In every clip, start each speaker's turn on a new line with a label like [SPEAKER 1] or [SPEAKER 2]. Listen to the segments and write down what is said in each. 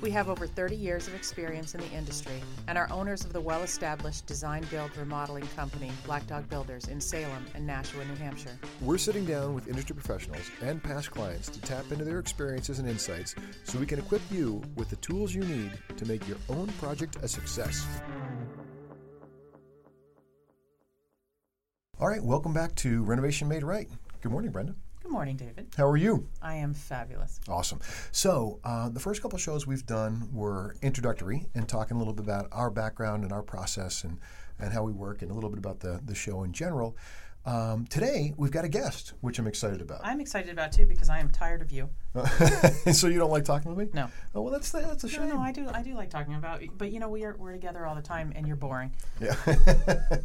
[SPEAKER 1] We have over 30 years of experience in the industry and are owners of the well established design build remodeling company Black Dog Builders in Salem and Nashua, New Hampshire.
[SPEAKER 2] We're sitting down with industry professionals and past clients to tap into their experiences and insights so we can equip you with the tools you need to make your own project a success. All right, welcome back to Renovation Made Right. Good morning, Brenda.
[SPEAKER 1] Good morning, David.
[SPEAKER 2] How are you?
[SPEAKER 1] I am fabulous.
[SPEAKER 2] Awesome. So, uh, the first couple shows we've done were introductory and talking a little bit about our background and our process and, and how we work and a little bit about the, the show in general. Um, today, we've got a guest, which I'm excited about.
[SPEAKER 1] I'm excited about too because I am tired of you.
[SPEAKER 2] so, you don't like talking to me?
[SPEAKER 1] No.
[SPEAKER 2] Oh, well, that's, that's a
[SPEAKER 1] No,
[SPEAKER 2] shame.
[SPEAKER 1] no, I do, I do like talking about, but you know, we are, we're together all the time, and you're boring.
[SPEAKER 2] yeah.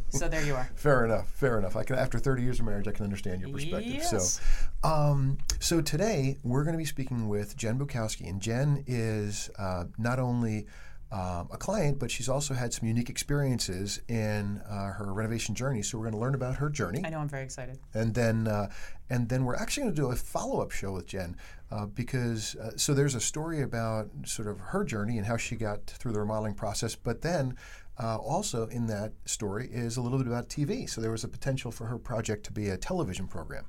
[SPEAKER 1] So there you are.
[SPEAKER 2] fair enough. Fair enough. I can, after 30 years of marriage, I can understand your perspective.
[SPEAKER 1] Yes.
[SPEAKER 2] So, Um, so today we're going to be speaking with Jen Bukowski, and Jen is uh, not only um, a client, but she's also had some unique experiences in uh, her renovation journey. So we're going to learn about her journey,
[SPEAKER 1] I know I'm very excited.
[SPEAKER 2] and then uh, and then we're actually going to do a follow up show with Jen uh, because uh, so there's a story about sort of her journey and how she got through the remodeling process, but then. Uh, also in that story is a little bit about TV. So there was a potential for her project to be a television program,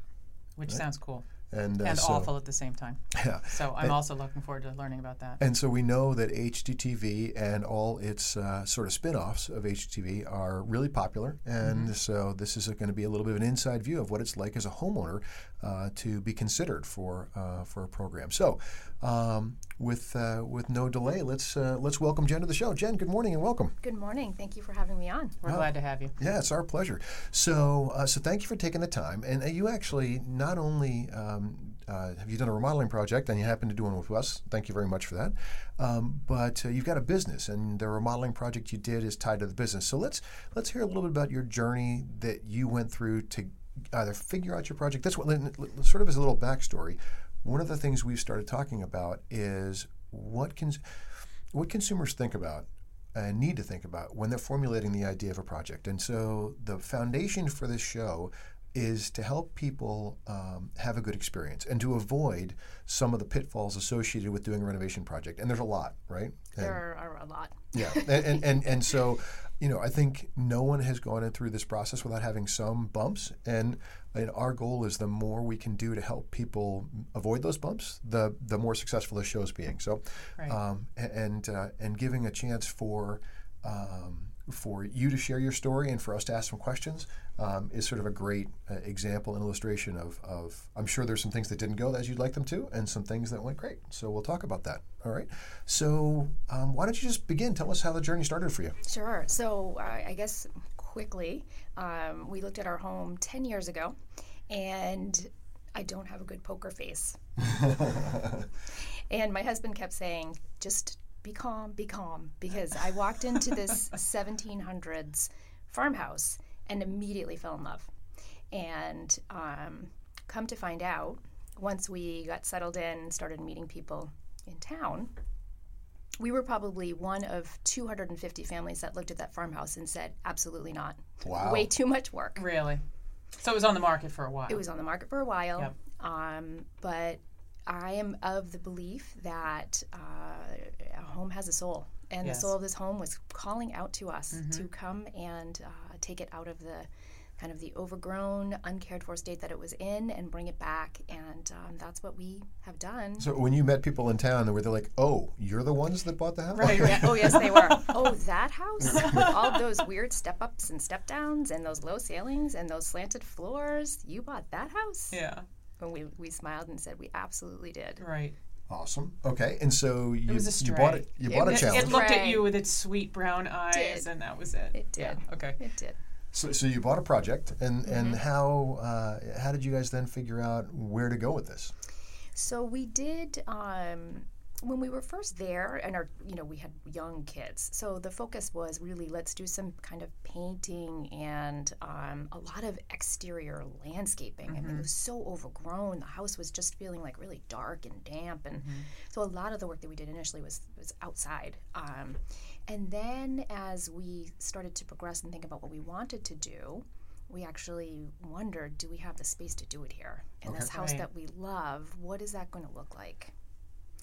[SPEAKER 1] Which sounds cool
[SPEAKER 2] and, uh,
[SPEAKER 1] and
[SPEAKER 2] so,
[SPEAKER 1] awful at the same time.
[SPEAKER 2] Yeah.
[SPEAKER 1] So I'm also looking forward to learning about that.
[SPEAKER 2] And so we know that HGTV and all its uh, sort of spin offs of HGTV are really popular. And so this is going to be a little bit of an inside view of what it's like as a homeowner uh, to be considered for, uh, for a program. So um, with, uh, with no delay, let's, uh, let's welcome Jen to the show. Jen, good morning and welcome.
[SPEAKER 3] Good morning. Thank you for having me on.
[SPEAKER 2] Oh.
[SPEAKER 1] We're glad to have you.
[SPEAKER 2] Yeah, it's our pleasure. So, uh, so thank you for taking the time. And uh, you actually not only um, uh, have you done a remodeling project, and you happen to do one with us. Thank you very much for that. Um, but uh, you've got a business, and the remodeling project you did is tied to the business. So let's let's hear a little bit about your journey that you went through to either figure out your project. That's what l- l- sort of as a little backstory. One of the things we've started talking about is what can what consumers think about and need to think about when they're formulating the idea of a project. And so the foundation for this show is to help people um, have a good experience and to avoid some of the pitfalls associated with doing a renovation project. And there's a lot, right? And-
[SPEAKER 3] There are, are a lot.
[SPEAKER 2] yeah, and, and, and, and so, you know, I think no one has gone in through this process without having some bumps. And, and our goal is the more we can do to help people avoid those bumps, the, the more successful the show's being. So,
[SPEAKER 1] Right.
[SPEAKER 2] um, a- and, uh, and giving a chance for, um, for you to share your story and for us to ask some questions um, is sort of a great uh, example and illustration of, of, I'm sure there's some things that didn't go as you'd like them to, and some things that went great. So we'll talk about that. All right. So um, why don't you just begin? Tell us how the journey started for you.
[SPEAKER 3] Sure. So uh, I guess quickly, um, we looked at our home 10 years ago, and I don't have a good poker face. and my husband kept saying, just be calm, be calm, because I walked into this 1700s farmhouse and immediately fell in love. And um, come to find out, once we got settled in and started meeting people in town, we were probably one of 250 families that looked at that farmhouse and said, absolutely not.
[SPEAKER 2] Wow.
[SPEAKER 3] Way too much work.
[SPEAKER 1] Really? So it was on the market for a while.
[SPEAKER 3] It was on the market for a while,
[SPEAKER 1] Yep.
[SPEAKER 3] um, but I am of the belief that uh, a home has a soul. And
[SPEAKER 1] Yes. Mm-hmm.
[SPEAKER 3] the soul of this home was calling out to us to come and uh, take it out of the kind of the overgrown, uncared for state that it was in and bring it back. And um, that's what we have done.
[SPEAKER 2] So when you met people in town, were they like, "Oh, you're the ones that bought the house"?
[SPEAKER 1] Right, right.
[SPEAKER 3] Yeah, oh yes, they were. Oh, that house with all those weird step ups and step downs and those low ceilings and those slanted floors. You bought that house?
[SPEAKER 1] Yeah,
[SPEAKER 3] And we, we smiled and said we absolutely did.
[SPEAKER 1] right.
[SPEAKER 2] Awesome. Okay. And so you,
[SPEAKER 1] was a
[SPEAKER 2] you bought
[SPEAKER 1] stray.
[SPEAKER 2] it. You bought a
[SPEAKER 1] It, it
[SPEAKER 2] challenge.
[SPEAKER 1] looked at
[SPEAKER 3] Right.
[SPEAKER 1] you with its sweet brown eyes,
[SPEAKER 3] did.
[SPEAKER 1] and that was it.
[SPEAKER 3] It
[SPEAKER 1] Yeah,
[SPEAKER 3] did.
[SPEAKER 1] okay.
[SPEAKER 3] It did.
[SPEAKER 2] So, so you bought a project, and
[SPEAKER 1] Mm-hmm.
[SPEAKER 2] and how uh, how did you guys then figure out where to go with this?
[SPEAKER 3] So we did um, when we were first there and our you know we had young kids so the focus was really let's do some kind of painting and um, a lot of exterior landscaping i mean it was so overgrown the house was just feeling like really dark and damp and so a lot of the work that we did initially was was outside um, and then as we started to progress and think about what we wanted to do we actually wondered do we have the space to do it here in this house
[SPEAKER 1] Right.
[SPEAKER 3] that we love what is that going to look like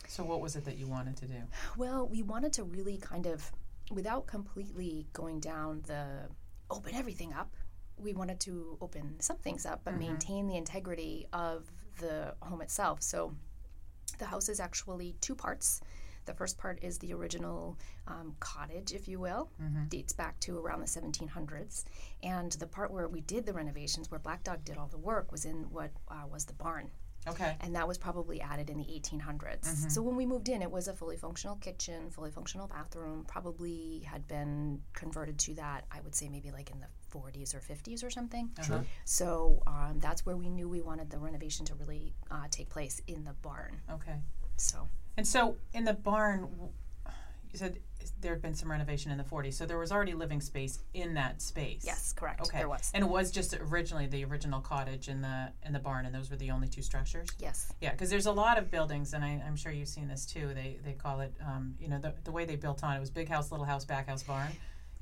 [SPEAKER 1] So, what was it that you wanted to do?
[SPEAKER 3] well, we wanted to really kind of, without completely going down the open everything up, we wanted to open some things up, but maintain the integrity of the home itself. So the house is actually two parts. The first part is the original um, cottage, if you will, dates back to around the 1700s. And the part where we did the renovations, where Black Dog did all the work, was in what uh, was the barn
[SPEAKER 1] Okay.
[SPEAKER 3] and that was probably added in the 1800s.
[SPEAKER 1] Mm-hmm.
[SPEAKER 3] So when we moved in, it was a fully functional kitchen, fully functional bathroom, probably had been converted to that, I would say maybe like in the 40s or 50s or something.
[SPEAKER 1] Sure.
[SPEAKER 3] So um, that's where we knew we wanted the renovation to really uh, take place in the barn.
[SPEAKER 1] Okay.
[SPEAKER 3] So,
[SPEAKER 1] And so, in the barn, w- you said is- there had been some renovation in the 40s. So, there was already living space in that space.
[SPEAKER 3] yes, correct.
[SPEAKER 1] Okay.
[SPEAKER 3] There was.
[SPEAKER 1] And it was just originally the original cottage and the and the barn, and those were the only two structures.
[SPEAKER 3] Yes.
[SPEAKER 1] Yeah, because there's a lot of buildings, and I, I'm sure you've seen this too. They they call it, um, you know, the, the way they built on it was big house, little house, back house, barn.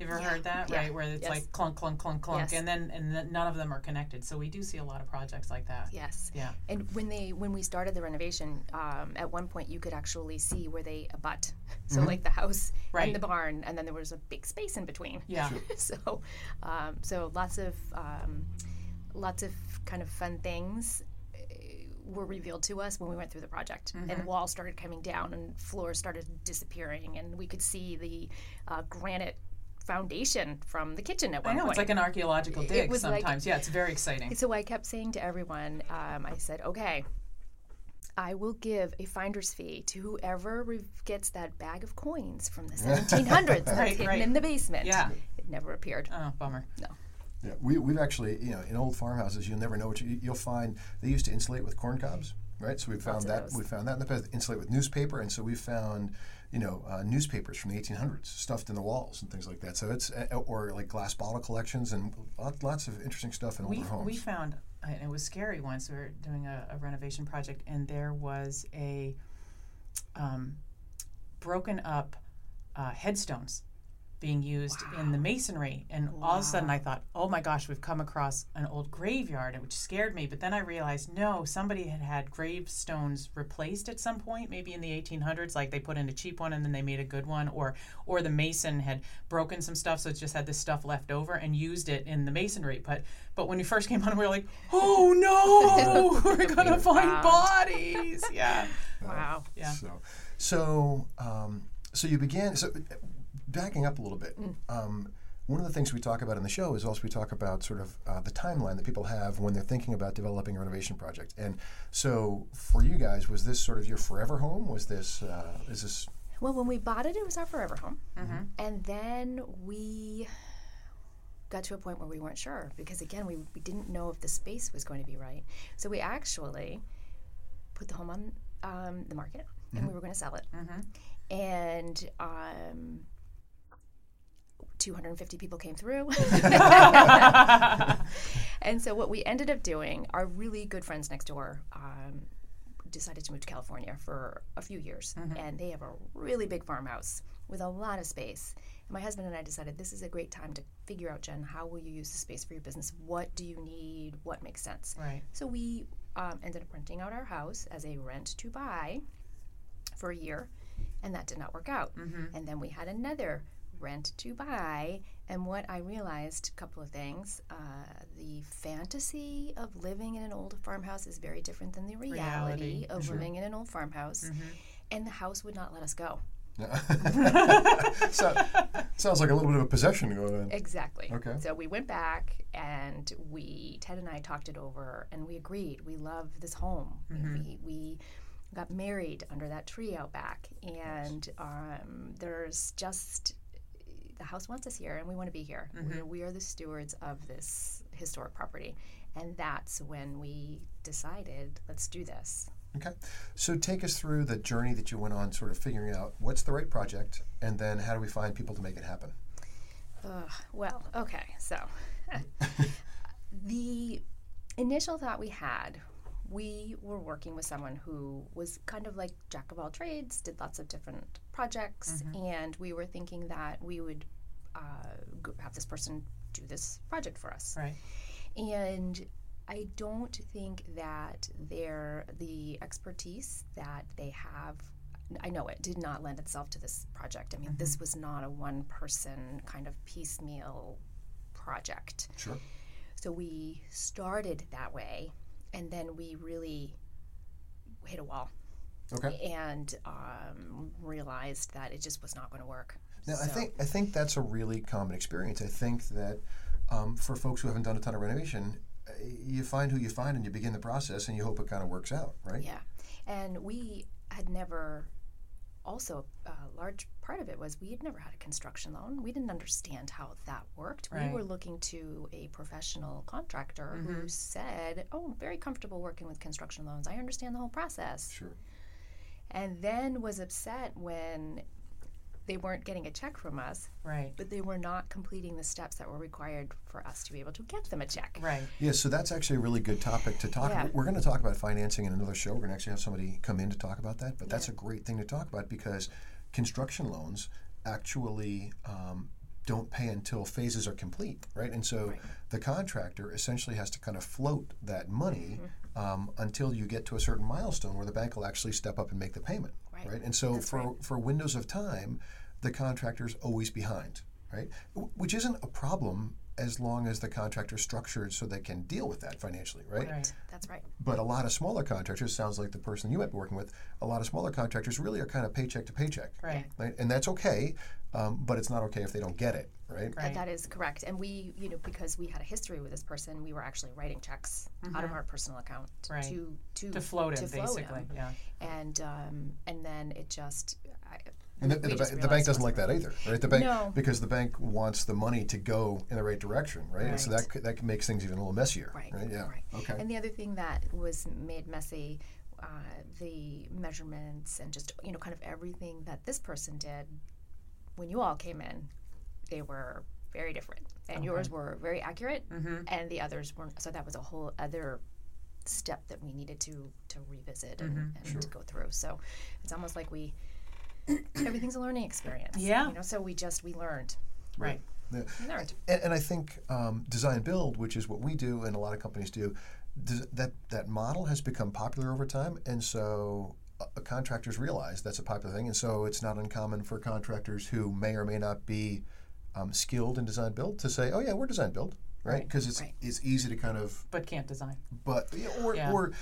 [SPEAKER 1] You ever
[SPEAKER 3] Yeah,
[SPEAKER 1] heard that,
[SPEAKER 3] yeah,
[SPEAKER 1] right? Where it's
[SPEAKER 3] yes.
[SPEAKER 1] like clunk, clunk, clunk, clunk,
[SPEAKER 3] Yes.
[SPEAKER 1] and then and then none of them are connected. So we do see a lot of projects like that.
[SPEAKER 3] Yes.
[SPEAKER 1] Yeah.
[SPEAKER 3] And when they when we started the renovation, um, at one point you could actually see where they abut. So like the house
[SPEAKER 1] Mm-hmm. Right.
[SPEAKER 3] and the barn, and then there was a big space in between.
[SPEAKER 1] Yeah.
[SPEAKER 3] so, um, so lots of um, lots of kind of fun things uh, were revealed to us when we went through the project,
[SPEAKER 1] Mm-hmm.
[SPEAKER 3] and walls started coming down, and floors started disappearing, and we could see the uh, granite foundation from the kitchen at one
[SPEAKER 1] I know
[SPEAKER 3] point.
[SPEAKER 1] it's like an archaeological dig
[SPEAKER 3] was like-
[SPEAKER 1] sometimes. yeah, it's very exciting.
[SPEAKER 3] So I kept saying to everyone, um, I said, okay, I will give a finder's fee to whoever re- gets that bag of coins from the 1700s that's
[SPEAKER 1] Right,
[SPEAKER 3] hidden
[SPEAKER 1] right.
[SPEAKER 3] in the basement.
[SPEAKER 1] Yeah.
[SPEAKER 3] It never appeared.
[SPEAKER 1] Oh, bummer.
[SPEAKER 2] Yeah, we, we've actually, you know, in old farmhouses, you'll never know what you, you'll find. They used to insulate with corn cobs, right? So we found
[SPEAKER 3] of
[SPEAKER 2] that
[SPEAKER 3] those.
[SPEAKER 2] we found that in the past. Insulate with newspaper, and so we found, you know, uh, newspapers from the 1800s stuffed in the walls and things like that. So it's uh, or like glass bottle collections and lot, lots of interesting stuff in older
[SPEAKER 1] We,
[SPEAKER 2] homes.
[SPEAKER 1] we found, and it was scary once, we were doing a, a renovation project, and there was a um, broken up uh, headstones being used in the masonry. And all of a sudden I thought, oh my gosh, we've come across an old graveyard, which scared me. But then I realized, no, somebody had had gravestones replaced at some point, maybe in the 1800s, like they put in a cheap one and then they made a good one, or or the mason had broken some stuff, so it just had this stuff left over and used it in the masonry. But but when we first came on, we were like, oh no, we're gonna find
[SPEAKER 3] found.
[SPEAKER 1] bodies. Yeah.
[SPEAKER 3] Wow.
[SPEAKER 1] Yeah.
[SPEAKER 2] So, so, um, so you began. So, uh, backing up a little bit. Um, one of the things we talk about in the show is also we talk about sort of uh, the timeline that people have when they're thinking about developing a renovation project. And so, for you guys, was this sort of your forever home? Was this uh, is this
[SPEAKER 3] Well, when we bought it, it was our forever home. And then we got to a point where we weren't sure because, again, we, we didn't know if the space was going to be right. So we actually put the home on um, the market and we were going to sell it. And um, 250 people came through. and so what we ended up doing, our really good friends next door, um, decided to move to California for a few years, and they have a really big farmhouse with a lot of space. And my husband and I decided this is a great time to figure out, Jen, how will you use the space for your business? What do you need? What makes sense?
[SPEAKER 1] Right.
[SPEAKER 3] So we um, ended up renting out our house as a rent to buy for a year, and that did not work out. And then we had another rent to buy, and what I realized a couple of things uh, the fantasy of living in an old farmhouse is very different than the reality,
[SPEAKER 1] Reality,
[SPEAKER 3] of living in an old farmhouse. And the house would not let us go.
[SPEAKER 2] so, sounds like a little bit of a possession going on?
[SPEAKER 3] Exactly.
[SPEAKER 2] Okay.
[SPEAKER 3] So we went back and we Ted and I talked it over and we agreed we love this home. We, we got married under that tree out back and um, there's just the house wants us here and we want to be here. We, we are the stewards of this historic property. And that's when we decided let's do this.
[SPEAKER 2] Okay. So take us through the journey that you went on, sort of figuring out what's the right project, and then how do we find people to make it happen?
[SPEAKER 3] Ugh, well, okay. So uh, the initial thought we had, we were working with someone who was kind of like jack of all trades, did lots of different projects, and we were thinking that we would uh, g- have this person do this project for us.
[SPEAKER 1] Right.
[SPEAKER 3] And I don't think that their the expertise that they have I know it did not lend itself to this project. I mean, this was not a one person kind of piecemeal project.
[SPEAKER 2] Sure.
[SPEAKER 3] So we started that way and then we really hit a wall
[SPEAKER 2] Okay.
[SPEAKER 3] and um, realized that it just was not going to work.
[SPEAKER 2] Now, I
[SPEAKER 3] So-
[SPEAKER 2] think I think that's a really common experience. I think that um, for folks who haven't done a ton of renovation, uh, you find who you find and you begin the process and you hope it kind of works out, right?
[SPEAKER 3] Yeah. And we had never, also, a large part of it was we had never had a construction loan. We didn't understand how that worked.
[SPEAKER 1] Right. Mm-hmm.
[SPEAKER 3] We were looking to a professional contractor who said, Oh, I'm very comfortable working with construction loans. I understand the whole process.
[SPEAKER 2] Sure.
[SPEAKER 3] And then was upset when they weren't getting a check from us,
[SPEAKER 1] Right.
[SPEAKER 3] but they were not completing the steps that were required for us to be able to get them a check.
[SPEAKER 1] Right.
[SPEAKER 2] Yeah, so that's actually a really good topic to talk.
[SPEAKER 3] Yeah.
[SPEAKER 2] We're going to talk about financing in another show. We're going to actually have somebody come in to talk about that. But that's a great thing to talk about because construction loans actually um, don't pay until phases are complete, right? And so the contractor essentially has to kind of float that money
[SPEAKER 3] Mm-hmm.
[SPEAKER 2] um, until you get to a certain milestone where the bank will actually step up and make the payment, right?
[SPEAKER 3] Right.
[SPEAKER 2] And so for for windows of time, the contractor's always behind, right? Wh- Which isn't a problem as long as the contractor's structured so they can deal with that financially, right?
[SPEAKER 1] Right.
[SPEAKER 3] That's right.
[SPEAKER 2] But a lot of smaller contractors sounds like the person you might be working with. A lot of smaller contractors really are kind of paycheck to paycheck,
[SPEAKER 1] Right.
[SPEAKER 2] right? And that's okay, um, but it's not okay if they don't get it, right?
[SPEAKER 1] Right.
[SPEAKER 3] That is correct. And we, you know, because we had a history with this person, we were actually writing checks out of our personal account
[SPEAKER 1] Mm-hmm. Right.
[SPEAKER 3] to to
[SPEAKER 1] To float
[SPEAKER 3] to
[SPEAKER 1] it,
[SPEAKER 3] float
[SPEAKER 1] basically.
[SPEAKER 3] him.
[SPEAKER 1] Yeah.
[SPEAKER 3] And um, and then it just, I,
[SPEAKER 2] And the,
[SPEAKER 3] we
[SPEAKER 2] the,
[SPEAKER 3] just
[SPEAKER 2] ba- the bank
[SPEAKER 3] realized
[SPEAKER 2] doesn't
[SPEAKER 3] it
[SPEAKER 2] like that either, right? The bank
[SPEAKER 3] No.
[SPEAKER 2] because the bank wants the money to go in the right direction, right? And so
[SPEAKER 3] Right.
[SPEAKER 2] that c- that makes things even a little messier,
[SPEAKER 3] Right,
[SPEAKER 2] Yeah.
[SPEAKER 3] right.
[SPEAKER 2] Okay.
[SPEAKER 3] and the other thing that was made messy, uh, the measurements and just you know kind of everything that this person did when you all came in, they were very different, and yours were very accurate, and the others weren't. So that was a whole other step that we needed to to revisit and, and to go through. So it's almost like we everything's a learning experience.
[SPEAKER 1] Yeah.
[SPEAKER 3] you know. So we just we learned,
[SPEAKER 1] Right.
[SPEAKER 2] Yeah.
[SPEAKER 3] we learned.
[SPEAKER 2] and, and I think um, design build, which is what we do and a lot of companies do, does, that that model has become popular over time, and so uh, uh, contractors realize that's a popular thing, and so it's not uncommon for contractors who may or may not be um, skilled in design build to say, "Oh yeah, we're design build." Right,
[SPEAKER 1] Right,
[SPEAKER 2] because it's
[SPEAKER 3] right.
[SPEAKER 2] it's easy to kind of,
[SPEAKER 1] But can't design.
[SPEAKER 2] but yeah, or,
[SPEAKER 1] Yeah.
[SPEAKER 2] or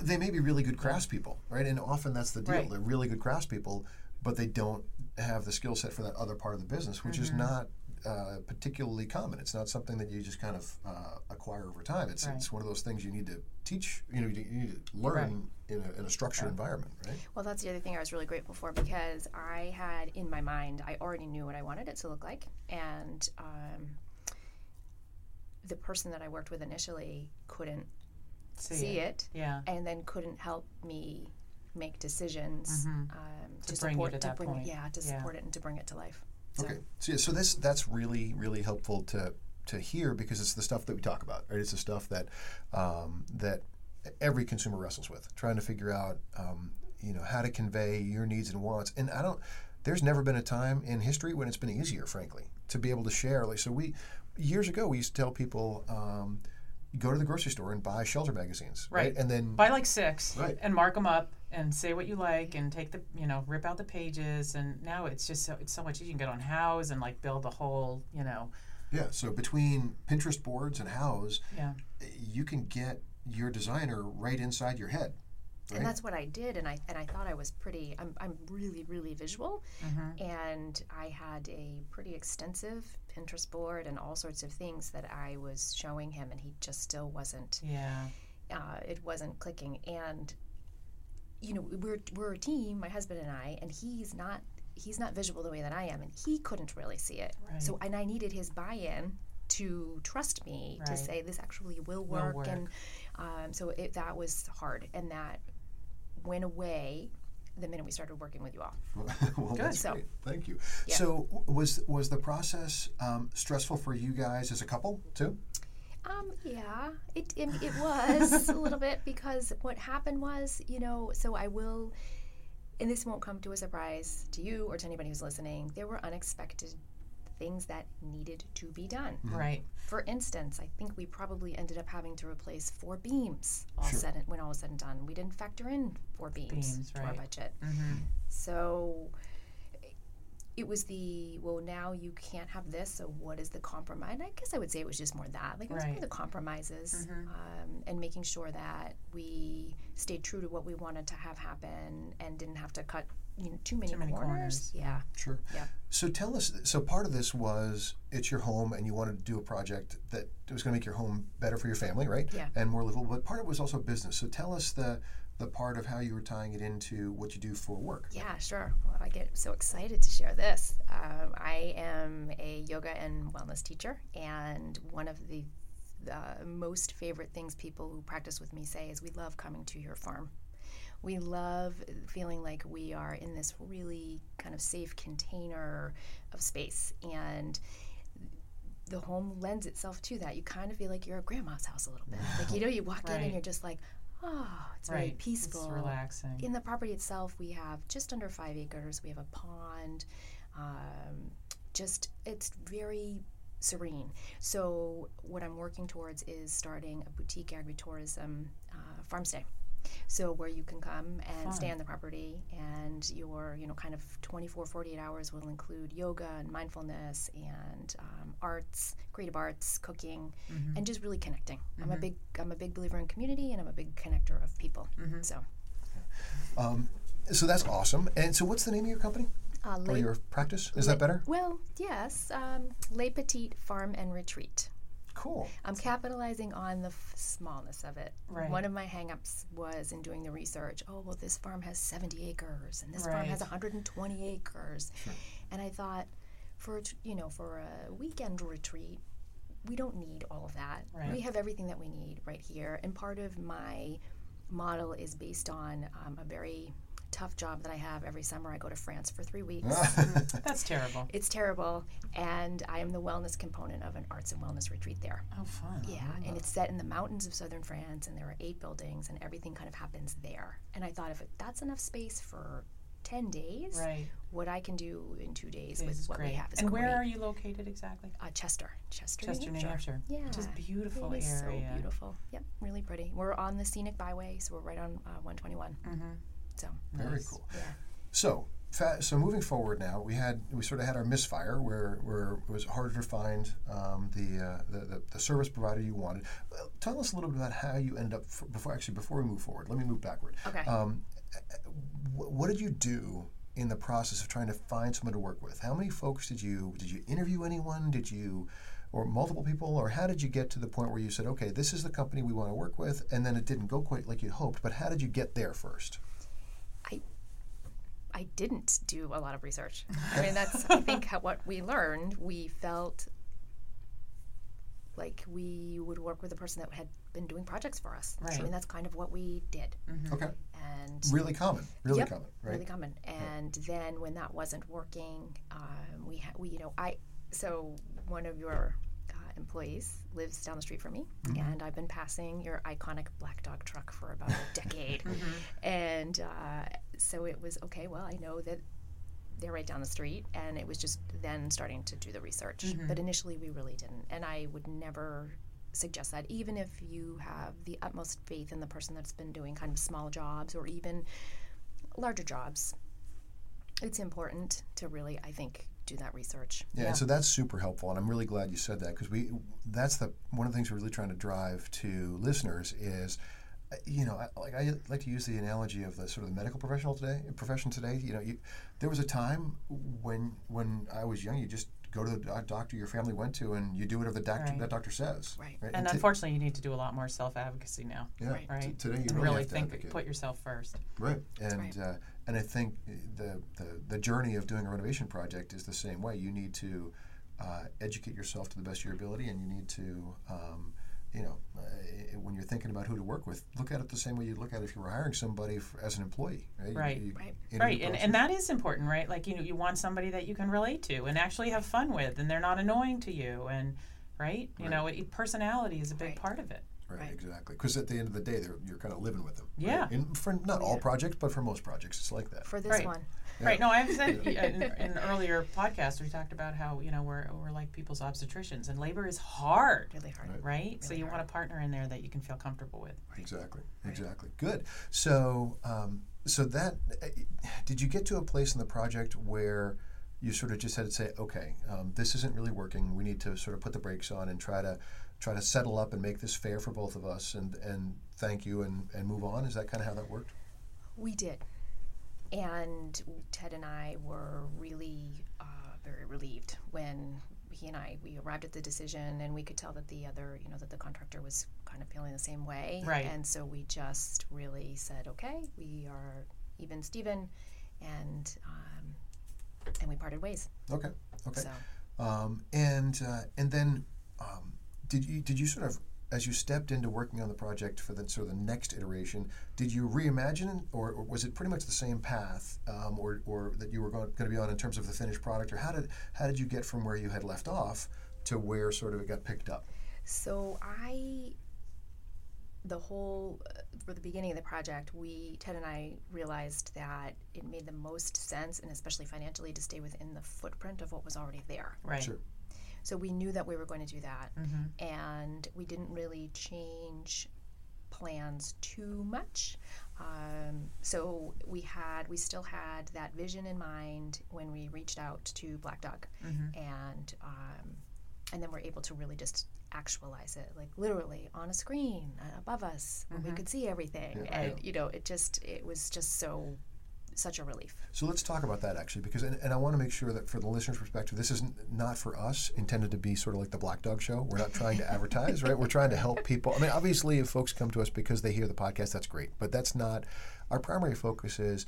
[SPEAKER 2] they may be really good craftspeople, right? And often that's the deal.
[SPEAKER 1] Right.
[SPEAKER 2] They're really good craftspeople, but they don't have the skill set for that other part of the business, which
[SPEAKER 1] Mm-hmm.
[SPEAKER 2] is not uh, particularly common. It's not something that you just kind of uh, acquire over time. It's
[SPEAKER 1] Right.
[SPEAKER 2] it's one of those things you need to teach. You know, you you need to learn in, a, in a structured environment, right?
[SPEAKER 3] Well, that's the other thing I was really grateful for because I had in my mind, I already knew what I wanted it to look like. And um, the person that I worked with initially couldn't
[SPEAKER 1] See,
[SPEAKER 3] see, it.
[SPEAKER 1] Yeah.
[SPEAKER 3] and then couldn't help me make decisions um, to,
[SPEAKER 1] bring you
[SPEAKER 3] support
[SPEAKER 1] Mm-hmm. to that
[SPEAKER 3] bring
[SPEAKER 1] point.
[SPEAKER 3] It, yeah, to
[SPEAKER 1] Yeah.
[SPEAKER 3] support it and to bring it to life. So,
[SPEAKER 2] Okay. So yeah, so this that's really really helpful to to hear because it's the stuff that we talk about, right? It's the stuff that um, that every consumer wrestles with, trying to figure out um, you know how to convey your needs and wants. And I don't. There's never been a time in history when it's been easier, frankly, to be able to share. Like so, we years ago we used to tell people. Um, Go to the grocery store and buy shelter magazines,
[SPEAKER 1] Right.
[SPEAKER 2] And then
[SPEAKER 1] Buy like six
[SPEAKER 2] Right.
[SPEAKER 1] and mark them up and say what you like and take the you know rip out the pages and now it's just so it's so much easier. You can get on house and like build the whole you know
[SPEAKER 2] yeah, so between Pinterest boards and hows,
[SPEAKER 1] yeah
[SPEAKER 2] you can get your designer right inside your head.
[SPEAKER 3] And that's what I did, and I and I thought I was pretty. I'm, I'm really really visual, and I had a pretty extensive Pinterest board and all sorts of things that I was showing him, and he just still wasn't.
[SPEAKER 1] yeah
[SPEAKER 3] Uh, it wasn't clicking, and you know we're we're a team, my husband and I, and he's not he's not visual the way that I am, and he couldn't really see it. So and I needed his buy-in to trust me to
[SPEAKER 1] Right.
[SPEAKER 3] say this actually will work,
[SPEAKER 1] work.
[SPEAKER 3] and um, so it, that was hard, and that went away the minute we started working with you all.
[SPEAKER 2] well, that's
[SPEAKER 3] So-
[SPEAKER 2] great. Thank you.
[SPEAKER 3] Yeah.
[SPEAKER 2] So, w- was was the process um, stressful for you guys as a couple too?
[SPEAKER 3] Um, yeah, it, it, it was a little bit because what happened was, you know, so I will, and this won't come to a surprise to you or to anybody who's listening, there were unexpected things that needed to be done.
[SPEAKER 2] Mm-hmm.
[SPEAKER 1] Right.
[SPEAKER 3] For instance, I think we probably ended up having to replace four beams all
[SPEAKER 2] Sure.
[SPEAKER 3] said and, when all was said and done. We didn't factor in four beams,
[SPEAKER 1] Beams,
[SPEAKER 3] to our
[SPEAKER 1] right.
[SPEAKER 3] budget.
[SPEAKER 1] Mm-hmm.
[SPEAKER 3] So it was the well now you can't have this so what is the compromise and i guess i would say it was just more that like it was more
[SPEAKER 1] Right.
[SPEAKER 3] the compromises
[SPEAKER 1] Mhm.
[SPEAKER 3] um, and making sure that we stayed true to what we wanted to have happen and didn't have to cut you know too many,
[SPEAKER 1] Too many corners.
[SPEAKER 3] yeah
[SPEAKER 2] Sure.
[SPEAKER 3] Yeah.
[SPEAKER 2] So tell us. So part of this was it's your home, and you wanted to do a project that was going to make your home better for your family, right?
[SPEAKER 3] Yeah.
[SPEAKER 2] And more livable. But part of it was also business. So tell us the the part of how you were tying it into what you do for work.
[SPEAKER 3] Yeah, sure. Well, I get so excited to share this. Um, I am a yoga and wellness teacher, and one of the the most favorite things people who practice with me say is, "We love coming to your farm. We love feeling like we are in this really kind of safe container of space." And the home lends itself to that. You kind of feel like you're at grandma's house a little bit. Like you know, you walk in
[SPEAKER 1] Right.
[SPEAKER 3] and you're just like, "Oh, it's very
[SPEAKER 1] Right.
[SPEAKER 3] peaceful."
[SPEAKER 1] It's relaxing.
[SPEAKER 3] in the property itself, we have just under five acres. We have a pond. Um, just it's very serene. So what I'm working towards is starting a boutique agritourism uh, farm stay. So where you can come and stay on the property, and your you know kind of 24, 48 hours will include yoga and mindfulness and um, arts, creative arts, cooking, and just really connecting. I'm a big I'm a big believer in community, and I'm a big connector of people. So.
[SPEAKER 2] So that's awesome. And so what's the name of your company
[SPEAKER 3] Uh,
[SPEAKER 2] or
[SPEAKER 3] lay,
[SPEAKER 2] your practice? Is that better?
[SPEAKER 3] well, yes. Um, Les Petites Farm and Retreat.
[SPEAKER 2] Cool.
[SPEAKER 3] I'm capitalizing on the f- smallness of it.
[SPEAKER 1] Right.
[SPEAKER 3] One of my hangups was in doing the research. Oh well, this farm has 70 acres, and this farm has
[SPEAKER 1] Right.
[SPEAKER 3] 120 acres, and I thought, for a t- you know, for a weekend retreat, we don't need all of that.
[SPEAKER 1] Right.
[SPEAKER 3] We have everything that we need right here. And part of my model is based on um, a very tough job that I have every summer. I go to France for three weeks.
[SPEAKER 1] That's terrible.
[SPEAKER 3] It's terrible, and I am the wellness component of an arts and wellness retreat there.
[SPEAKER 1] Oh, fun.
[SPEAKER 3] Yeah, and it's set in the mountains of southern France, and there are eight buildings, and everything kind of happens there. And I thought if that's enough space for 10 days,
[SPEAKER 1] Right.
[SPEAKER 3] what I can do in two days
[SPEAKER 1] It's
[SPEAKER 3] with what
[SPEAKER 1] great.
[SPEAKER 3] we have is
[SPEAKER 1] and
[SPEAKER 3] great.
[SPEAKER 1] where are you located exactly?
[SPEAKER 3] uh, Chester, Chester,
[SPEAKER 1] Chester,
[SPEAKER 3] New
[SPEAKER 1] New
[SPEAKER 3] Hampshire.
[SPEAKER 1] Hampshire.
[SPEAKER 3] Yeah,
[SPEAKER 1] Just beautiful
[SPEAKER 3] it is
[SPEAKER 1] area.
[SPEAKER 3] so beautiful. Yep, really pretty. We're on the scenic byway, so we're right on uh, 121.
[SPEAKER 1] Mhm.
[SPEAKER 3] So
[SPEAKER 2] Very
[SPEAKER 1] Nice.
[SPEAKER 2] cool.
[SPEAKER 3] Yeah.
[SPEAKER 2] So, fa- so moving forward now, we had we sort of had our misfire where where it was harder to find um, the, uh, the, the the service provider you wanted. Well, tell us a little bit about how you end up f- before actually before we move forward. Let me move backward.
[SPEAKER 3] okay.
[SPEAKER 2] Um, wh- what did you do in the process of trying to find someone to work with? How many folks did you did you interview anyone? Did you or multiple people, or how did you get to the point where you said, "Okay, this is the company we want to work with," and then it didn't go quite like you hoped? But how did you get there first?
[SPEAKER 3] I didn't do a lot of research. I mean, that's I think how, what we learned. We felt like we would work with a person that had been doing projects for us. I
[SPEAKER 1] Right.
[SPEAKER 3] mean, that's kind of what we did,
[SPEAKER 2] Okay,
[SPEAKER 3] and
[SPEAKER 2] really common, really
[SPEAKER 3] Yep.
[SPEAKER 2] common, right?
[SPEAKER 3] really common. And then when that wasn't working, um, we ha- we you know I so one of your uh, employees lives down the street from me,
[SPEAKER 2] Mm-hmm.
[SPEAKER 3] and I've been passing your iconic black dog truck for about a decade,
[SPEAKER 2] Mm-hmm.
[SPEAKER 3] and uh, so it was okay. Well, I know that they're right down the street, and it was just then starting to do the research.
[SPEAKER 2] Mm-hmm.
[SPEAKER 3] But initially, we really didn't, and I would never suggest that even if you have the utmost faith in the person that's been doing kind of small jobs or even larger jobs, it's important to really, I think, do that research.
[SPEAKER 2] Yeah, and so that's super helpful, and I'm really glad you said that because we that's the one of the things we're really trying to drive to listeners is. uh, You know, I, like I like to use the analogy of the sort of the medical professional today. Profession today, you know, you, there was a time when when I was young, you just go to the doc- doctor your family went to, and you do whatever the doctor
[SPEAKER 1] Right.
[SPEAKER 2] that doctor says.
[SPEAKER 3] Right.
[SPEAKER 1] And
[SPEAKER 2] to-
[SPEAKER 1] unfortunately, you need to do a lot more self advocacy now.
[SPEAKER 2] yeah,
[SPEAKER 3] right.
[SPEAKER 2] t-
[SPEAKER 1] Right.
[SPEAKER 2] today you
[SPEAKER 1] To
[SPEAKER 2] really,
[SPEAKER 1] really
[SPEAKER 2] have to
[SPEAKER 1] think,
[SPEAKER 2] advocate.
[SPEAKER 1] put yourself first.
[SPEAKER 2] Right. And
[SPEAKER 3] right.
[SPEAKER 2] Uh, and I think the, the the journey of doing a renovation project is the same way. You need to uh, educate yourself to the best of your ability, and you need to um, you know, uh, i- when you're thinking about who to work with, look at it the same way you'd look at it if you were hiring somebody f as an employee. Right.
[SPEAKER 1] Right.
[SPEAKER 2] You- you
[SPEAKER 3] Right.
[SPEAKER 2] interview
[SPEAKER 1] Right, and,
[SPEAKER 2] process.
[SPEAKER 1] and that is important, right? Like you know, you want somebody that you can relate to and actually have fun with, and they're not annoying to you, and right, you know, it, personality is a big
[SPEAKER 3] Right.
[SPEAKER 1] part of it.
[SPEAKER 2] Right,
[SPEAKER 3] Right.
[SPEAKER 2] exactly. Because at the end of the day, they're, you're kind of living with them. right?
[SPEAKER 1] Yeah.
[SPEAKER 2] And for not all
[SPEAKER 3] Yeah.
[SPEAKER 2] projects, but for most projects, it's like that.
[SPEAKER 3] for this
[SPEAKER 1] Right.
[SPEAKER 3] one.
[SPEAKER 2] Yeah.
[SPEAKER 1] Right. No, I've said in, in earlier podcasts we talked about how you know we're we're like people's obstetricians, and labor is hard,
[SPEAKER 3] Really hard.
[SPEAKER 2] Right.
[SPEAKER 1] right? so you want a partner in there that you can feel comfortable with.
[SPEAKER 2] Exactly. Exactly. Good. So, um, so that uh, did you get to a place in the project where you sort of just had to say, okay, um, this isn't really working. We need to sort of put the brakes on and try to try to settle up and make this fair for both of us, and and thank you and and move on. Is that kind of how that worked?
[SPEAKER 3] We did. And Ted and I were really uh, very relieved when he and I we arrived at the decision, and we could tell that the other, you know, that the contractor was kind of feeling the same way.
[SPEAKER 1] Right.
[SPEAKER 3] And so we just really said, okay, we are even Steven, and um, and we parted ways.
[SPEAKER 2] Okay. Okay.
[SPEAKER 3] So
[SPEAKER 2] Um, and uh, and then um, did you did you sort of as you stepped into working on the project for the sort of the next iteration, did you reimagine, or, or was it pretty much the same path, um, or, or that you were going, going to be on in terms of the finished product, or how did how did you get from where you had left off to where sort of it got picked up?
[SPEAKER 3] So I, the whole, uh, for the beginning of the project, we, Ted and I realized that it made the most sense, and especially financially, to stay within the footprint of what was already there.
[SPEAKER 1] Right.
[SPEAKER 2] Sure.
[SPEAKER 3] So we knew that we were going to do that,
[SPEAKER 1] Mhm.
[SPEAKER 2] Mm-hmm.
[SPEAKER 3] and we didn't really change plans too much. Um, so we had, we still had that vision in mind when we reached out to Black Dog,
[SPEAKER 2] Mm-hmm.
[SPEAKER 3] and um, and then we're able to really just actualize it, like literally on a screen uh, above us, where
[SPEAKER 2] Mm-hmm.
[SPEAKER 3] we could see everything,
[SPEAKER 2] Yeah,
[SPEAKER 3] and you know, it just, it was just so, such a relief.
[SPEAKER 2] So let's talk about that actually, because and, and I want to make sure that for the listener's perspective, this is n- not for us intended to be sort of like the Black Dog Show. We're not trying to advertise, right? We're trying to help people. I mean, obviously, if folks come to us because they hear the podcast, that's great, but that's not our primary focus. Is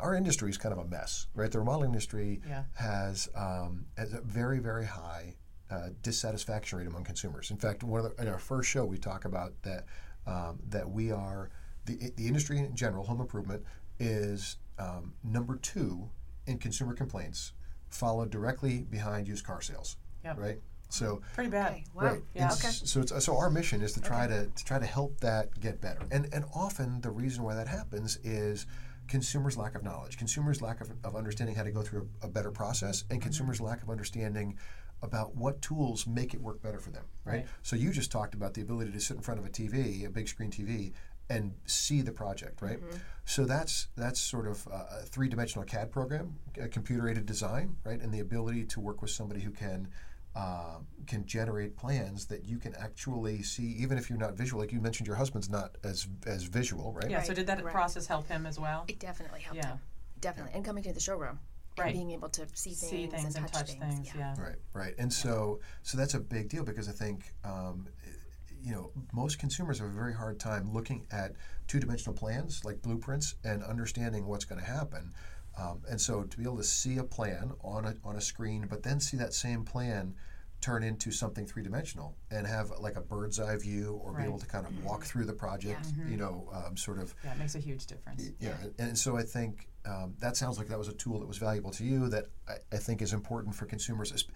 [SPEAKER 2] our industry is kind of a mess, right? The remodeling industry
[SPEAKER 1] Yeah.
[SPEAKER 2] has um, has a very very high uh, dissatisfaction rate among consumers. In fact, one of the, in our first show we talk about that um, that we are the the industry in general, home improvement is um, number two in consumer complaints, followed directly behind used car sales.
[SPEAKER 1] Yep.
[SPEAKER 2] Right. So.
[SPEAKER 1] Pretty bad.
[SPEAKER 3] Okay, wow,
[SPEAKER 2] Right.
[SPEAKER 1] Yeah.
[SPEAKER 2] And
[SPEAKER 3] okay.
[SPEAKER 2] s- So it's, so our mission is to try to, to try to help that get better. And and often the reason why that happens is consumers' lack of knowledge, consumers' lack of, of understanding how to go through a, a better process, and consumers' lack of understanding about what tools make it work better for them. Right?
[SPEAKER 1] Right.
[SPEAKER 2] So you just talked about the ability to sit in front of a TV, a big screen TV. And see the project, right? So that's that's sort of uh, a three-dimensional CAD program, a computer-aided design, right? And the ability to work with somebody who can um, can generate plans that you can actually see, even if you're not visual. Like you mentioned, your husband's not as as visual, right?
[SPEAKER 1] Yeah. So
[SPEAKER 3] Right,
[SPEAKER 1] did that
[SPEAKER 3] right.
[SPEAKER 1] process help him as well?
[SPEAKER 3] It definitely helped
[SPEAKER 1] Yeah.
[SPEAKER 3] him, definitely, and coming to the showroom
[SPEAKER 1] Right.
[SPEAKER 3] and being able to see things,
[SPEAKER 1] See things and touch things. yeah.
[SPEAKER 2] Right, right. And so, so that's a big deal because I think, um, i- you know, most consumers have a very hard time looking at two-dimensional plans like blueprints and understanding what's going to happen. Um, and so, to be able to see a plan on a on a screen, but then see that same plan turn into something three-dimensional and have like a bird's eye view, or
[SPEAKER 1] Right. Mm-hmm.
[SPEAKER 2] be able to kind of walk through the project, you know, um, sort of
[SPEAKER 1] Yeah, it makes a huge difference.
[SPEAKER 2] yeah, and, and so I think um, that sounds like that was a tool that was valuable to you that I, I think is important for consumers. Esp-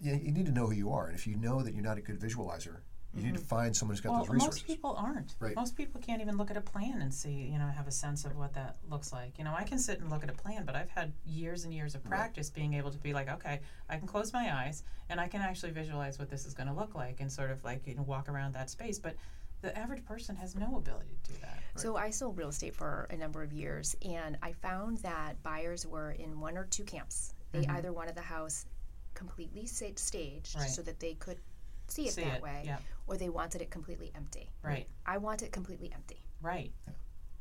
[SPEAKER 2] You, you need to know who you are, and if you know that you're not a good visualizer, you need to find someone who's got
[SPEAKER 1] Mm-hmm. Well,
[SPEAKER 2] those resources.
[SPEAKER 1] most people aren't.
[SPEAKER 2] Right.
[SPEAKER 1] Most people can't even look at a plan and see, you know, have a sense of what that looks like. You know, I can sit and look at a plan, but I've had years and years of practice being able to be like, okay, I can close my eyes and I can actually visualize what this is going to look like and sort of like, you know, walk around that space. But the average person has no ability to do that.
[SPEAKER 3] So I sold real estate for a number of years, and I found that buyers were in one or two camps. They either wanted the house completely sa- staged
[SPEAKER 1] Mm-hmm. Right.
[SPEAKER 3] so that they could see it
[SPEAKER 1] See
[SPEAKER 3] that
[SPEAKER 1] it,
[SPEAKER 3] way,
[SPEAKER 1] yeah.
[SPEAKER 3] or they wanted it completely empty.
[SPEAKER 1] Right.
[SPEAKER 3] I want it completely empty.
[SPEAKER 1] Right.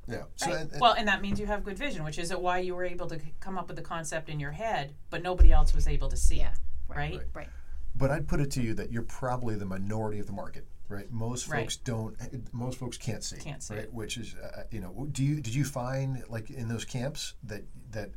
[SPEAKER 2] yeah. So
[SPEAKER 1] right.
[SPEAKER 2] and- and-
[SPEAKER 1] well, and that means you have good vision, which is why you were able to c- come up with the concept in your head, but nobody else was able to see
[SPEAKER 3] Yeah,
[SPEAKER 1] it.
[SPEAKER 3] right,
[SPEAKER 1] Right.
[SPEAKER 3] Right.
[SPEAKER 2] but I'd put it to you that you're probably the minority of the market, right? Most
[SPEAKER 1] Right.
[SPEAKER 2] folks don't. eh, Most folks can't see.
[SPEAKER 1] Can't see.
[SPEAKER 2] Right. Which is, uh, you know, do you did you find like in those camps that that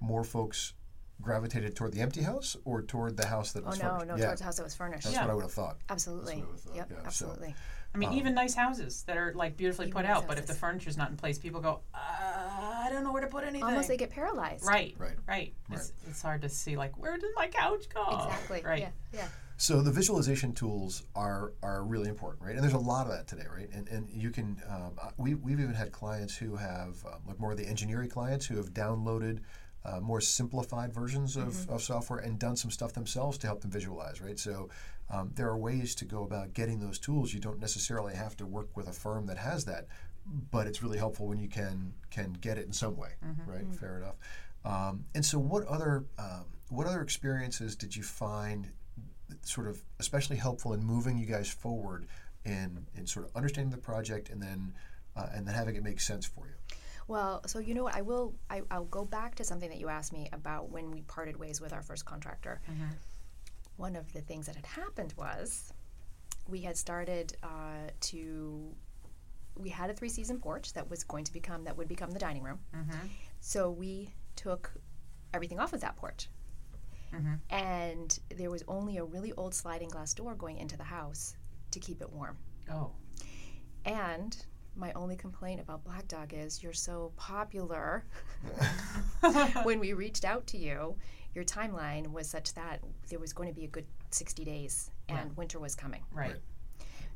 [SPEAKER 2] more folks gravitated toward the empty house or toward the house that
[SPEAKER 3] Oh
[SPEAKER 2] was
[SPEAKER 3] no,
[SPEAKER 2] furnished?
[SPEAKER 3] no,
[SPEAKER 2] yeah,
[SPEAKER 3] towards the house that was furnished.
[SPEAKER 2] that's
[SPEAKER 1] Yeah.
[SPEAKER 2] what I would have thought.
[SPEAKER 3] Absolutely.
[SPEAKER 2] what I would've thought,
[SPEAKER 3] yep.
[SPEAKER 2] yeah, so-
[SPEAKER 3] absolutely.
[SPEAKER 1] I mean, even nice houses that are like beautifully
[SPEAKER 3] Even
[SPEAKER 1] put
[SPEAKER 3] nice
[SPEAKER 1] out, but if the
[SPEAKER 3] houses.
[SPEAKER 1] furniture's not in place, people go, uh, I don't know where to put anything.
[SPEAKER 3] Almost they get paralyzed.
[SPEAKER 1] right,
[SPEAKER 2] Right.
[SPEAKER 1] right, right. It's, it's hard to see like where did my couch go?
[SPEAKER 3] Exactly.
[SPEAKER 1] Right.
[SPEAKER 3] Yeah. Yeah.
[SPEAKER 2] So the visualization tools are are really important, right? And there's a lot of that today, right? And and you can um, uh, we we've even had clients who have um, like more of the engineering clients who have downloaded. Uh, more simplified versions of, of software and done some stuff themselves to help them visualize, right? So um, there are ways to go about getting those tools. You don't necessarily have to work with a firm that has that, but it's really helpful when you can can get it in some way, right? Fair enough. Um, and so, what other um, what other experiences did you find sort of especially helpful in moving you guys forward in in sort of understanding the project and then uh, and then having it make sense for you.
[SPEAKER 3] Well, so you know what? I will. I, I'll go back to something that you asked me about when we parted ways with our first contractor. One of the things that had happened was we had started uh, to. We had a three-season porch that was going to become that would become the dining room.
[SPEAKER 1] Mm-hmm.
[SPEAKER 3] So we took everything off of that porch, and there was only a really old sliding glass door going into the house to keep it warm.
[SPEAKER 1] Oh,
[SPEAKER 3] And my only complaint about Black Dog is you're so popular. when we reached out to you, your timeline was such that there was going to be a good 60 days and winter was coming.
[SPEAKER 1] right.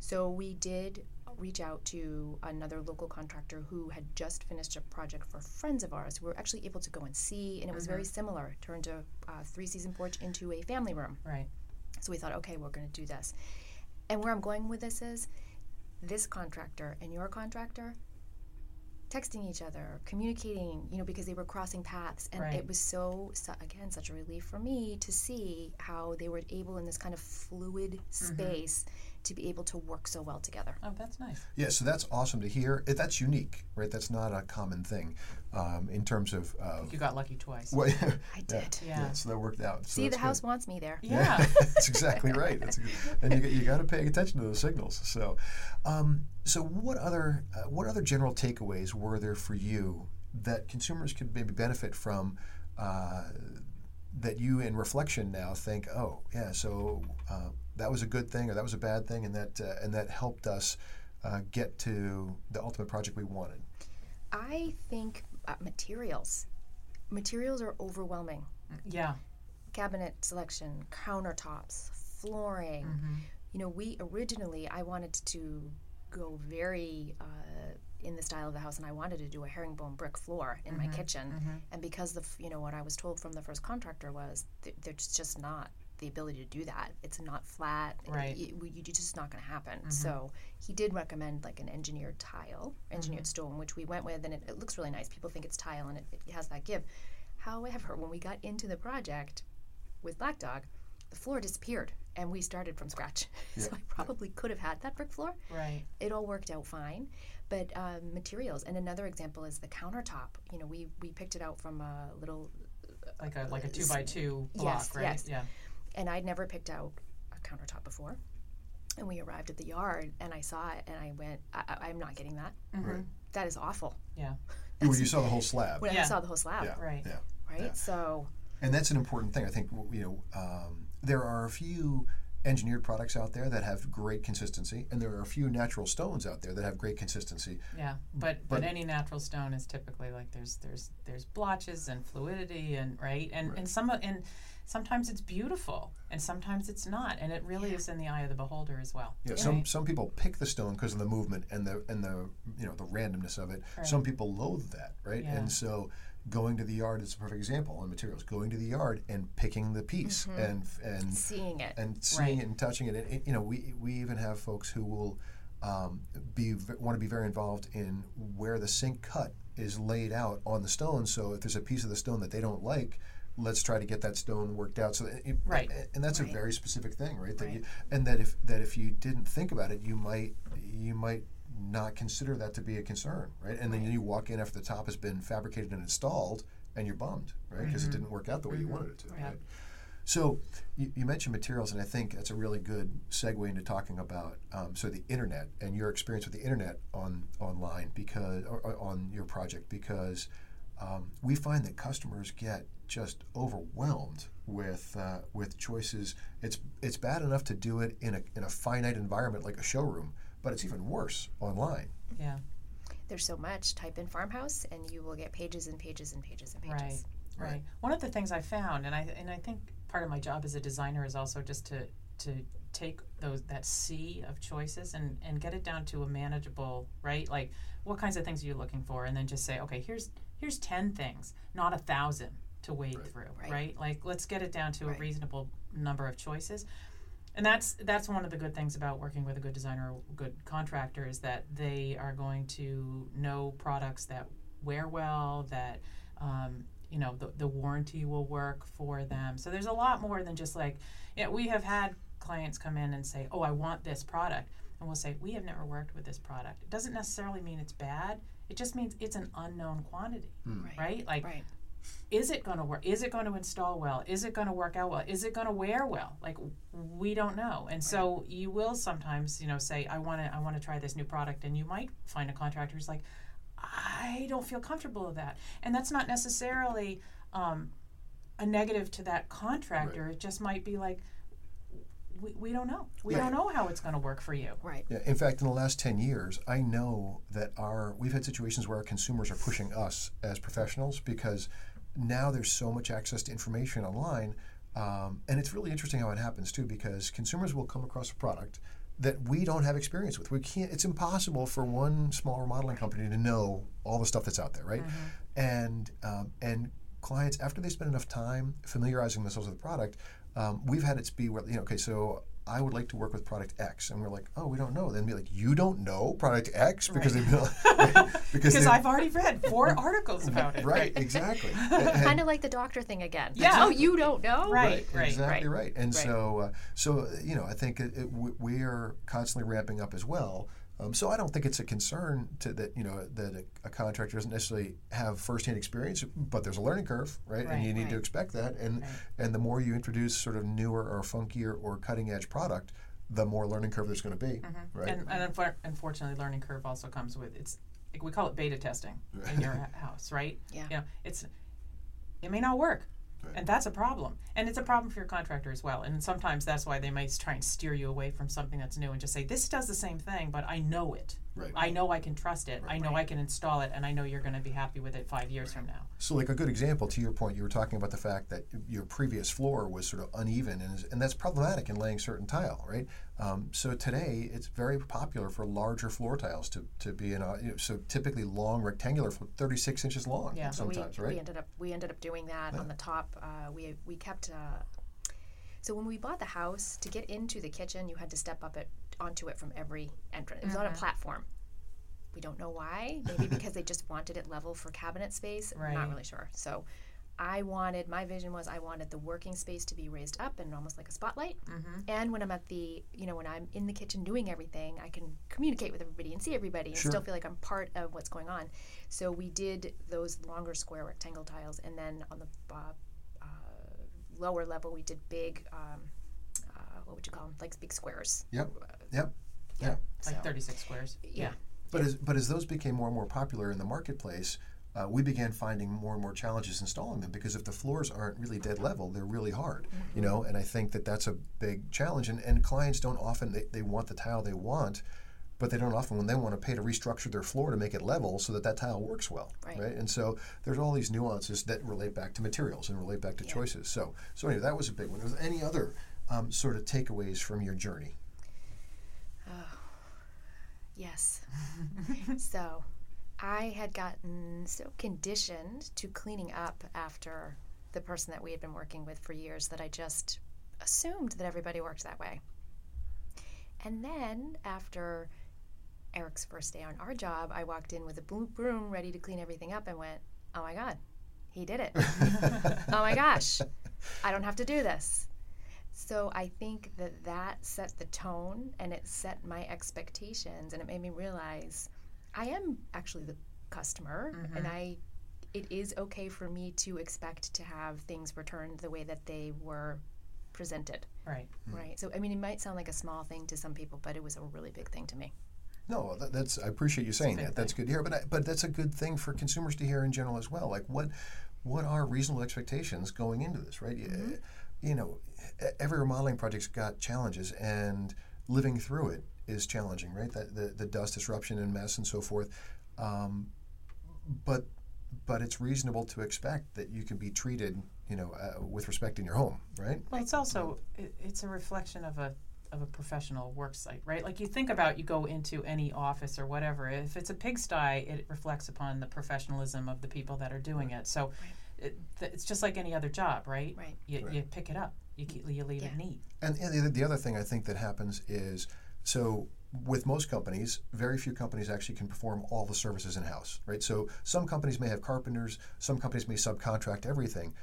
[SPEAKER 3] So we did reach out to another local contractor who had just finished a project for friends of ours. We were actually able to go and see, and it was very similar. Turned a uh, three season porch into a family room.
[SPEAKER 1] Right.
[SPEAKER 3] So we thought, okay, we're going to do this. And where I'm going with this is this contractor and your contractor texting each other, communicating, you know, because they were crossing paths. And
[SPEAKER 1] Right.
[SPEAKER 3] it was so, su again, such a relief for me to see how they were able in this kind of fluid
[SPEAKER 1] Mm-hmm.
[SPEAKER 3] space to be able to work so well together.
[SPEAKER 1] Oh, that's nice.
[SPEAKER 2] Yeah, so that's awesome to hear. Eh, That's unique, right? That's not a common thing um, in terms of. of
[SPEAKER 1] You got lucky twice.
[SPEAKER 2] what,
[SPEAKER 3] I
[SPEAKER 2] Yeah.
[SPEAKER 3] did.
[SPEAKER 1] Yeah.
[SPEAKER 2] so that worked out. So
[SPEAKER 3] See, the
[SPEAKER 2] that's good.
[SPEAKER 3] house wants me there.
[SPEAKER 1] Yeah.
[SPEAKER 2] that's exactly right. That's a good, and you, you got to pay attention to those signals. So, um, so what other uh, what other general takeaways were there for you that consumers could maybe benefit from? Uh, that you, in reflection now, think, oh yeah, so uh, that was a good thing or that was a bad thing, and that uh, and that helped us uh, get to the ultimate project we wanted.
[SPEAKER 3] I think uh, materials. Materials are overwhelming.
[SPEAKER 1] yeah.
[SPEAKER 3] cabinet selection, countertops, flooring. You know, we originally I wanted to go very uh, in the style of the house, and I wanted to do a herringbone brick floor in my kitchen. And because the f- you know what I was told from the first contractor was th- there's just not the ability to do that. It's not flat.
[SPEAKER 1] Right.
[SPEAKER 3] It, it, you just not going to happen. So he did recommend like an engineered tile, engineered stone, which we went with, and it, it looks really nice. People think it's tile, and it, it has that give. However, when we got into the project, with Black Dog, the floor disappeared and we started from scratch. so I probably could have had that brick floor.
[SPEAKER 1] Right.
[SPEAKER 3] It all worked out fine, but um, materials. And another example is the countertop. You know, we we picked it out from a little,
[SPEAKER 1] Like a like a two by two block,
[SPEAKER 3] Yes,
[SPEAKER 1] right?
[SPEAKER 3] yes.
[SPEAKER 1] Yeah.
[SPEAKER 3] and I'd never picked out a countertop before. And we arrived at the yard, and I saw it, and I went, I, I- "I'm not getting that.
[SPEAKER 2] Right.
[SPEAKER 3] That is awful."
[SPEAKER 1] Yeah.
[SPEAKER 2] When you saw the whole slab.
[SPEAKER 3] When I
[SPEAKER 1] Yeah.
[SPEAKER 3] saw the whole slab,
[SPEAKER 2] Yeah.
[SPEAKER 1] Right.
[SPEAKER 2] Yeah.
[SPEAKER 3] right? So,
[SPEAKER 2] and that's an important thing. I think w- you know um, there are a few engineered products out there that have great consistency, and there are a few natural stones out there that have great consistency.
[SPEAKER 1] Yeah. But, but
[SPEAKER 2] But-
[SPEAKER 1] any natural stone is typically like there's there's there's blotches and fluidity and right and and some of- and sometimes it's beautiful and sometimes it's not and it really is in the eye of the beholder as well.
[SPEAKER 2] You know, Some some people pick the stone because of the movement and the and the you know the randomness of it. Some people loathe that, right?
[SPEAKER 1] Yeah.
[SPEAKER 2] And so going to the yard is a perfect example on materials. Going to the yard and picking the piece and f- and
[SPEAKER 3] seeing it,
[SPEAKER 2] and seeing
[SPEAKER 1] Right.
[SPEAKER 2] it and touching it. And, it- you know, we we even have folks who will um, be want to be very involved in where the sink cut is laid out on the stone. So if there's a piece of the stone that they don't like. Let's try to get that stone worked out. So, eh, that it,
[SPEAKER 1] Right.
[SPEAKER 2] and that's a
[SPEAKER 3] Right.
[SPEAKER 2] very specific thing, right? That you, and that if that if you didn't think about it, you might you might not consider that to be a concern, right? And then you walk in after the top has been fabricated and installed, and you're bummed, right? Because it didn't work out the way you wanted it to. right? So you, you mentioned materials, and I think that's a really good segue into talking about um, so the internet and your experience with the internet on online because or, or on your project because um, we find that customers get just overwhelmed with uh, with choices. It's it's bad enough to do it in a in a finite environment like a showroom, but it's even worse online.
[SPEAKER 1] Yeah.
[SPEAKER 3] There's so much. Type in farmhouse, and you will get pages and pages and pages and pages.
[SPEAKER 1] Right. Right. One of the things I found, and I and I think part of my job as a designer is also just to to take those that sea of choices and and get it down to a manageable right. Like what kinds of things are you looking for, and then just say, okay, here's here's ten things, not a thousand to wade
[SPEAKER 2] Right.
[SPEAKER 1] through, right.
[SPEAKER 3] Right.
[SPEAKER 1] Like let's get it down to
[SPEAKER 3] Right.
[SPEAKER 1] a reasonable number of choices. And that's that's one of the good things about working with a good designer or good contractor is that they are going to know products that wear well, that um, you know the, the warranty will work for them. So there's a lot more than just like yeah, we have had clients come in and say, "Oh, I want this product." And we'll say, "We have never worked with this product." It doesn't necessarily mean it's bad. It just means it's an unknown quantity,
[SPEAKER 2] Hmm.
[SPEAKER 3] Right.
[SPEAKER 1] right? Like
[SPEAKER 3] Right.
[SPEAKER 1] is it going to work? Is it going to install well? Is it going to work out well? Is it going to wear well? Like w- we don't know. And so you will sometimes, you know, say I want to I want to try this new product and you might find a contractor who's like I don't feel comfortable with that. And that's not necessarily um, a negative to that contractor. It just might be like we, we don't know. We
[SPEAKER 2] Yeah.
[SPEAKER 1] don't know how it's going to work for you.
[SPEAKER 3] Right.
[SPEAKER 2] Yeah, in fact, in the last 10 years, I know that our we've had situations where our consumers are pushing us as professionals because now there's so much access to information online. Um, and it's really interesting how it happens too because consumers will come across a product that we don't have experience with. We can't it's impossible for one small remodeling company to know all the stuff that's out there, right? And um, and clients after they spend enough time familiarizing themselves with the product, um, we've had it be where you know, okay, so I would like to work with product X, and we're like, oh, we don't know. Then be like, you don't know product X because they've been because
[SPEAKER 1] Because
[SPEAKER 2] they-
[SPEAKER 1] I've already read four articles about it.
[SPEAKER 2] right exactly
[SPEAKER 3] kind of like the doctor thing again.
[SPEAKER 1] Yeah.
[SPEAKER 3] Oh, you don't know?
[SPEAKER 1] Right, right,
[SPEAKER 2] exactly right, and
[SPEAKER 3] Right.
[SPEAKER 2] so uh, so uh, you know I think it, it, we- we are constantly ramping up as well. Um, so I don't think it's a concern to that you know that a, a contractor doesn't necessarily have firsthand experience, but there's a learning curve, right? and
[SPEAKER 1] Right.
[SPEAKER 2] you need to
[SPEAKER 3] Right.
[SPEAKER 2] expect that. And and the more you introduce sort of newer or funkier or cutting edge product, the more learning curve there's going to be, right?
[SPEAKER 1] And, and unfor- unfortunately, learning curve also comes with it's. Like we call it beta testing in your h- house, right?
[SPEAKER 3] Yeah.
[SPEAKER 1] You know, it's it may not work,
[SPEAKER 2] Right.
[SPEAKER 1] and that's a problem, and it's a problem for your contractor as well. And sometimes that's why they might try and steer you away from something that's new and just say this does the same thing, but I know it.
[SPEAKER 2] Right.
[SPEAKER 1] I know I can trust it. I know I can install it, and I know you're going to be happy with it five years from now.
[SPEAKER 2] So, like a good example to your point, you were talking about the fact that your previous floor was sort of uneven, and, is- and that's problematic in laying certain tile, right? Um, so today, it's very popular for larger floor tiles to, to be in a you know, so typically long rectangular, fl- 36 inches long
[SPEAKER 1] Yeah.
[SPEAKER 3] So
[SPEAKER 2] sometimes,
[SPEAKER 3] we,
[SPEAKER 2] right?
[SPEAKER 3] we ended up we ended up doing that on the top. Uh, we we kept. Uh, so when we bought the house, to get into the kitchen, you had to step up it onto it from every entrance. It was on a platform. We don't know why. Maybe because they just wanted it level for cabinet space. I'm
[SPEAKER 1] Right.
[SPEAKER 3] not really sure. So. I wanted my vision was I wanted the working space to be raised up and almost like a spotlight. And when I'm at the you know when I'm in the kitchen doing everything, I can communicate with everybody and see everybody and
[SPEAKER 2] Sure.
[SPEAKER 3] still feel like I'm part of what's going on. So we did those longer square rectangle tiles, and then on the uh, uh, lower level, we did big. Um, uh, what would you call them? Like big squares.
[SPEAKER 2] Yep. Yep. Yeah.
[SPEAKER 1] Like
[SPEAKER 3] So-
[SPEAKER 1] 36 squares.
[SPEAKER 3] Yeah.
[SPEAKER 2] But as but as those became more and more popular in the marketplace, uh, we began finding more and more challenges installing them because if the floors aren't really dead level, they're really hard, you know. And I think that that's a big challenge. And, and clients don't often they, they want the tile they want, but they don't often when they want to pay to restructure their floor to make it level so that that tile works well,
[SPEAKER 3] Right.
[SPEAKER 2] And so there's all these nuances that relate back to materials and relate back to choices. So so anyway, that was a big one. Was there any other um, sort of takeaways from your journey?
[SPEAKER 3] Yes. so I had gotten so conditioned to cleaning up after the person that we had been working with for years that I just assumed that everybody worked that way. And then after Eric's first day on our job, I walked in with a blo- broom ready to clean everything up and went, oh my God, he did it. oh my gosh, I don't have to do this. So I think that that set the tone and it set my expectations and it made me realize I am actually the customer
[SPEAKER 2] Mm-hmm.
[SPEAKER 3] and I it is okay for me to expect to have things returned the way that they were presented,
[SPEAKER 1] Right.
[SPEAKER 2] Hmm.
[SPEAKER 3] right? So I mean it might sound like a small thing to some people, but it was a really big thing to me.
[SPEAKER 2] No, that, that's I appreciate you saying
[SPEAKER 1] big
[SPEAKER 2] that. That's good to hear, but I, but that's a good thing for consumers to hear in general as well. Like what what are reasonable expectations going into this, right? Y- You know, e- every remodeling project's got challenges, and living through it is challenging, right? That the, the dust disruption and mess and so forth. Um, but but it's reasonable to expect that you can be treated, you know, uh, with respect in your home, right?
[SPEAKER 1] Well, it's also it, it's a reflection of a of a professional work site, right? Like you think about, you go into any office or whatever. If it's a pigsty, it reflects upon the professionalism of the people that are doing it. So, it, th- it's just like any other job, right?
[SPEAKER 3] Right.
[SPEAKER 1] You, you pick it up. You keep, you leave it
[SPEAKER 3] Yeah.
[SPEAKER 1] neat.
[SPEAKER 2] And, and the, other- the other thing I think that happens is so with most companies, very few companies actually can perform all the services in house, right? So some companies may have carpenters, some companies may subcontract everything,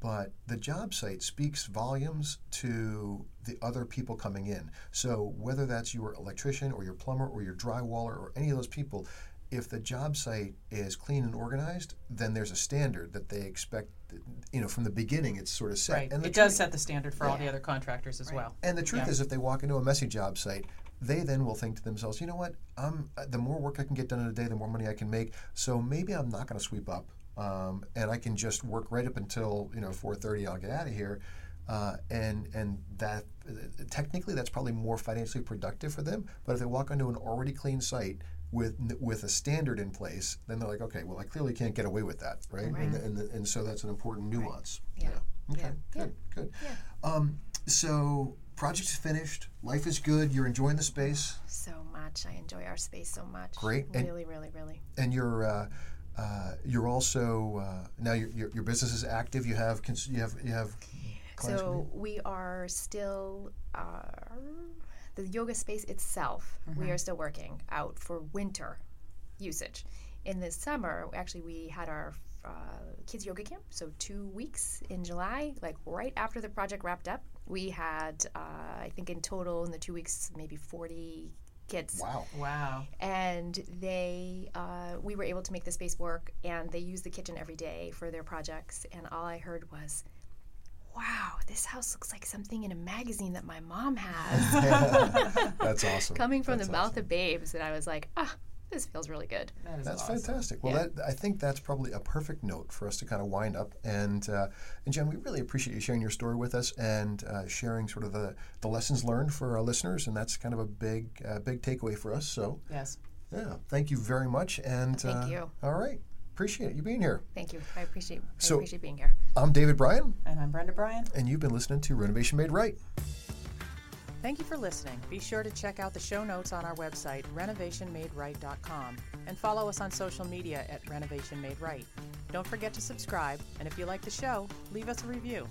[SPEAKER 2] but the job site speaks volumes to the other people coming in. So whether that's your electrician or your plumber or your drywaller or any of those people, if the job site is clean and organized, then there's a standard that they expect. You know, from the beginning, it's sort of set.
[SPEAKER 1] Right.
[SPEAKER 2] And the
[SPEAKER 1] It
[SPEAKER 2] truth
[SPEAKER 1] does set the standard for all the other contractors as well.
[SPEAKER 2] and the truth
[SPEAKER 1] Yeah.
[SPEAKER 2] is, if they walk into a messy job site, they then will think to themselves, you know what? I'm uh, the more work I can get done in a day, the more money I can make. So maybe I'm not going to sweep up, um, and I can just work right up until you know 4:30. I'll get out of here, uh, and and that uh, technically that's probably more financially productive for them. But if they walk onto an already clean site. With, n- with a standard in place, then they're like, okay, well, I clearly can't get away with that, right? And, and, and so that's an important nuance.
[SPEAKER 3] Yeah.
[SPEAKER 2] Okay.
[SPEAKER 3] Yeah.
[SPEAKER 2] Good. Good. Um, so project's finished. Life is good. You're enjoying the space,
[SPEAKER 3] So much. I enjoy our space so much.
[SPEAKER 2] Great, and-
[SPEAKER 3] Really, really, really.
[SPEAKER 2] and you're uh, uh, you're also uh, now your, your your business is active. You have cons- you have you have clients.
[SPEAKER 3] So we are still uh, the yoga space itself. We are still working out for winter usage. In the summer, actually, we had our uh, kids yoga camp. So two weeks in July, like right after the project wrapped up, we had uh, I think in total in the two weeks maybe forty kids
[SPEAKER 2] wow.
[SPEAKER 1] Wow.
[SPEAKER 3] and they uh, we were able to make the space work and they use the kitchen every day for their projects and all i heard was wow this house looks like something in a magazine that my mom has
[SPEAKER 2] That's awesome.
[SPEAKER 3] coming from
[SPEAKER 2] That's
[SPEAKER 3] the mouth of babes and i was like ah this feels really good
[SPEAKER 1] That is
[SPEAKER 2] That's
[SPEAKER 1] awesome.
[SPEAKER 2] fantastic. Well, that, I think that's probably a perfect note for us to kind of wind up. And uh, and Jen, we really appreciate you sharing your story with us and uh, sharing sort of the, the lessons learned for our listeners. And that's kind of a big uh, big takeaway for us. So
[SPEAKER 1] Yes.
[SPEAKER 2] yeah, thank you very much. And
[SPEAKER 3] Thank
[SPEAKER 2] uh,
[SPEAKER 3] you.
[SPEAKER 2] All right, appreciate you being here.
[SPEAKER 3] thank you i appreciate
[SPEAKER 2] So-
[SPEAKER 3] i appreciate being here
[SPEAKER 2] I'm David Bryan,
[SPEAKER 1] And I'm Brenda Bryan.
[SPEAKER 2] and you've been listening to Renovation Made Right.
[SPEAKER 1] Thank you for listening. Be sure to check out the show notes on our website, renovationmaderight.com, and follow us on social media at Renovation Made Right. Don't forget to subscribe, and if you like the show, leave us a review.